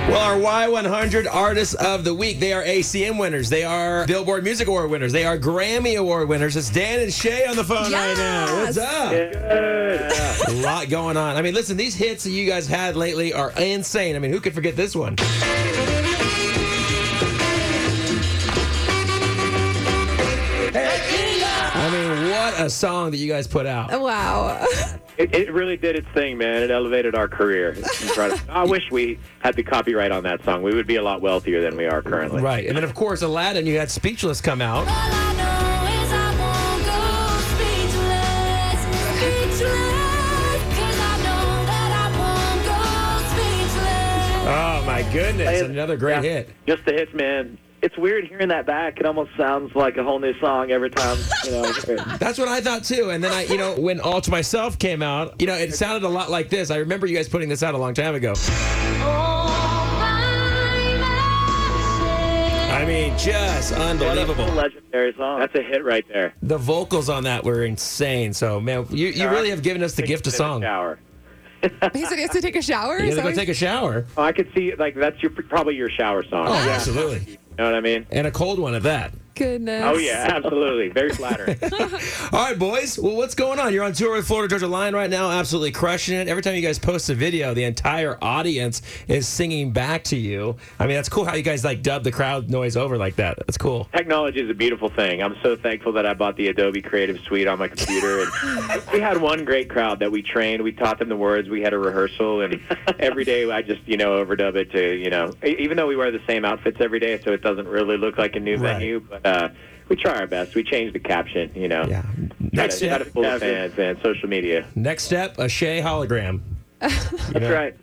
our Y100 Artists of the Week. They are ACM winners. They are Billboard Music Award winners. They are Grammy Award winners. It's Dan and Shay on the phone right now. What's Yes. up? A lot going on. I mean, listen, these hits that you guys had lately are insane. I mean, who could forget this one? I mean, what a song that you guys put out. Oh. Wow. It, it really did its thing, man. It elevated our career. It's incredible. I wish we had the copyright on that song. We would be a lot wealthier than we are currently. Right. And then, of course, Aladdin, you had Speechless come out. All I know is I won't go speechless, speechless. 'Cause I know that I won't go speechless. Oh, my goodness. Another great Yeah. hit. Just the hits, man. It's weird hearing that back. It almost sounds like a whole new song every time. You know, I hear it. That's what I thought too. And then I, you know, when All to Myself came out, you know, it sounded a lot like this. I remember you guys putting this out a long time ago. All my I mean, just It's a unbelievable. legendary song. That's a hit right there. The vocals on that were insane. So, man, you, you really have given us the gift of song. You Shower. He said he has to take a shower. Is gotta that go what- take a shower. Oh, I could see like that's your probably your shower song. Oh, absolutely. You know what I mean? And a cold one at that. Goodness. Oh yeah, absolutely. Very flattering. All right, boys. Well, what's going on? You're on tour with Florida Georgia Line right now, absolutely crushing it. Every time you guys post a video, the entire audience is singing back to you. I mean, that's cool how you guys like dub the crowd noise over like that. That's cool. Technology is a beautiful thing. I'm so thankful that I bought the Adobe Creative Suite on my computer. And we had one great crowd that we trained. We taught them the words. We had a rehearsal, and every day I just you know overdub it to you know. e- Even though we wear the same outfits every day, so it doesn't really look like a new Right. venue. But uh, we try our best. We change the caption. You know. Yeah. Try Next to, try to step, fool the fans and social media. next step, a Shea hologram. That's right.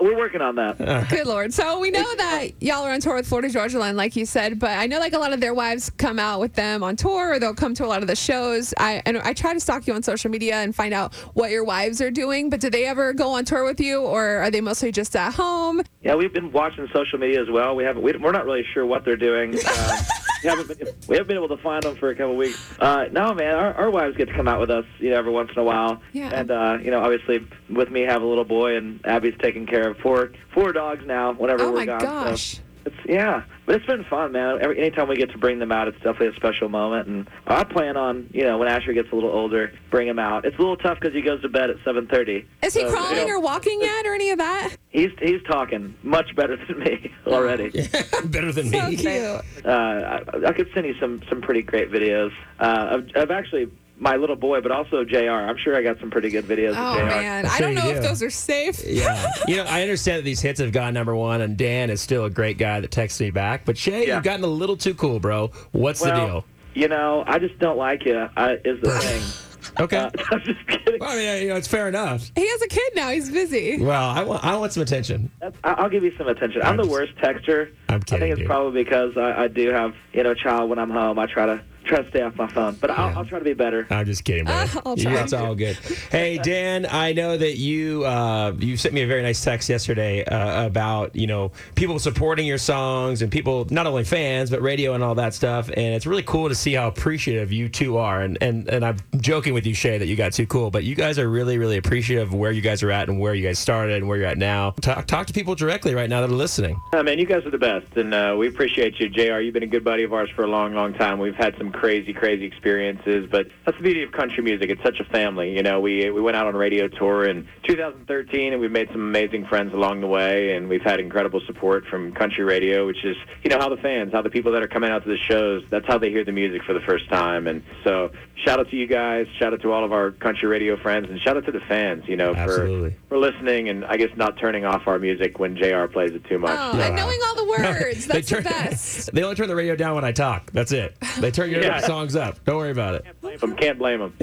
We're working on that. Good lord. So we know that y'all are on tour with Florida Georgia Line, like you said, but I know like a lot of their wives come out with them on tour or they'll come to a lot of the shows. I and I try to stalk you on social media and find out what your wives are doing, but do they ever go on tour with you or are they mostly just at home? Yeah, we've been watching social media as well. We haven't. We, we're not really sure what they're doing. Um, we haven't been. We haven't been able to find them for a couple weeks. Uh, no, man, our, our wives get to come out with us, you know, every once in a while. Yeah. And uh, you know, obviously, with me, I have a little boy, and Abby's taking care of four four dogs now. Whenever Oh we're my gone, gosh. So it's yeah, but it's been fun, man. Every, anytime we get to bring them out, it's definitely a special moment. And I plan on, you know, when Asher gets a little older, bring him out. It's a little tough because he goes to bed at seven thirty. Is he So, you crawling know, or walking yet or any of that? He's he's talking much better than me Oh, already. Better than So me. cute. uh, I, I could send you some some pretty great videos uh, of, of actually my little boy, but also Jr. I'm sure I got some pretty good videos. Oh of Jr. man. I'll I show don't you know if you. those are safe. Yeah. You know, I understand that these hits have gone number one, and Dan is still a great guy that texts me back. But Shay, Yeah. you've gotten a little too cool, bro. What's the Well, deal? You know, I just don't like you. I, is the thing. Okay. Uh, I'm just kidding. well, I mean, you know, it's fair enough. He has a kid now. He's busy. Well, I want, I want some attention. That's, I- I'll give you some attention. I'm, I'm the just- worst texter. I'm I kidding, think it's dude. probably because I, I do have you know a child when I'm home. I try to try to stay off my phone, but I'll, Yeah. I'll try to be better. I'm just kidding, bro. Ah, I'll try. it's all good. Hey, Dan, I know that you uh, you sent me a very nice text yesterday uh, about you know people supporting your songs and people not only fans but radio and all that stuff. And it's really cool to see how appreciative you two are. And and and I'm joking with you, Shay, that you got too cool, but you guys are really really appreciative of where you guys are at and where you guys started and where you're at now. Talk talk to people directly right now that are listening. Uh, man, you guys are the best, and uh, we appreciate you, Jr. You've been a good buddy of ours for a long, long time. We've had some crazy, crazy experiences, but that's the beauty of country music. It's such a family. You know, we we went out on a radio tour in 2013, and we've made some amazing friends along the way, and we've had incredible support from country radio, which is you know how the fans, how the people that are coming out to the shows, that's how they hear the music for the first time. And so, shout out to you guys, shout out to all of our country radio friends, and shout out to the fans. You know, Absolutely. for for listening, and I guess not turning off our music when Jr. plays it too much. Oh, and knowing all the words. That's turn, the best. they only turn the radio down when I talk. That's it. They turn your Yeah. songs up. Don't worry about it. Blame 'em. Can't blame him.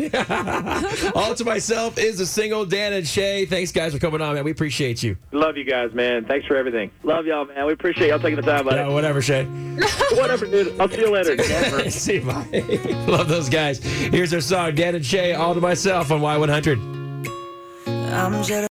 All to myself is a single. Dan and Shay, thanks guys for coming on, man. We appreciate you. Love you guys, man. Thanks for everything. Love y'all, man. We appreciate y'all taking the time, buddy. Yeah, whatever, Shay. Whatever, dude. I'll see you later. See you, bye. Love those guys. Here's their song, Dan and Shay, All to Myself on Y100. I'm jealous.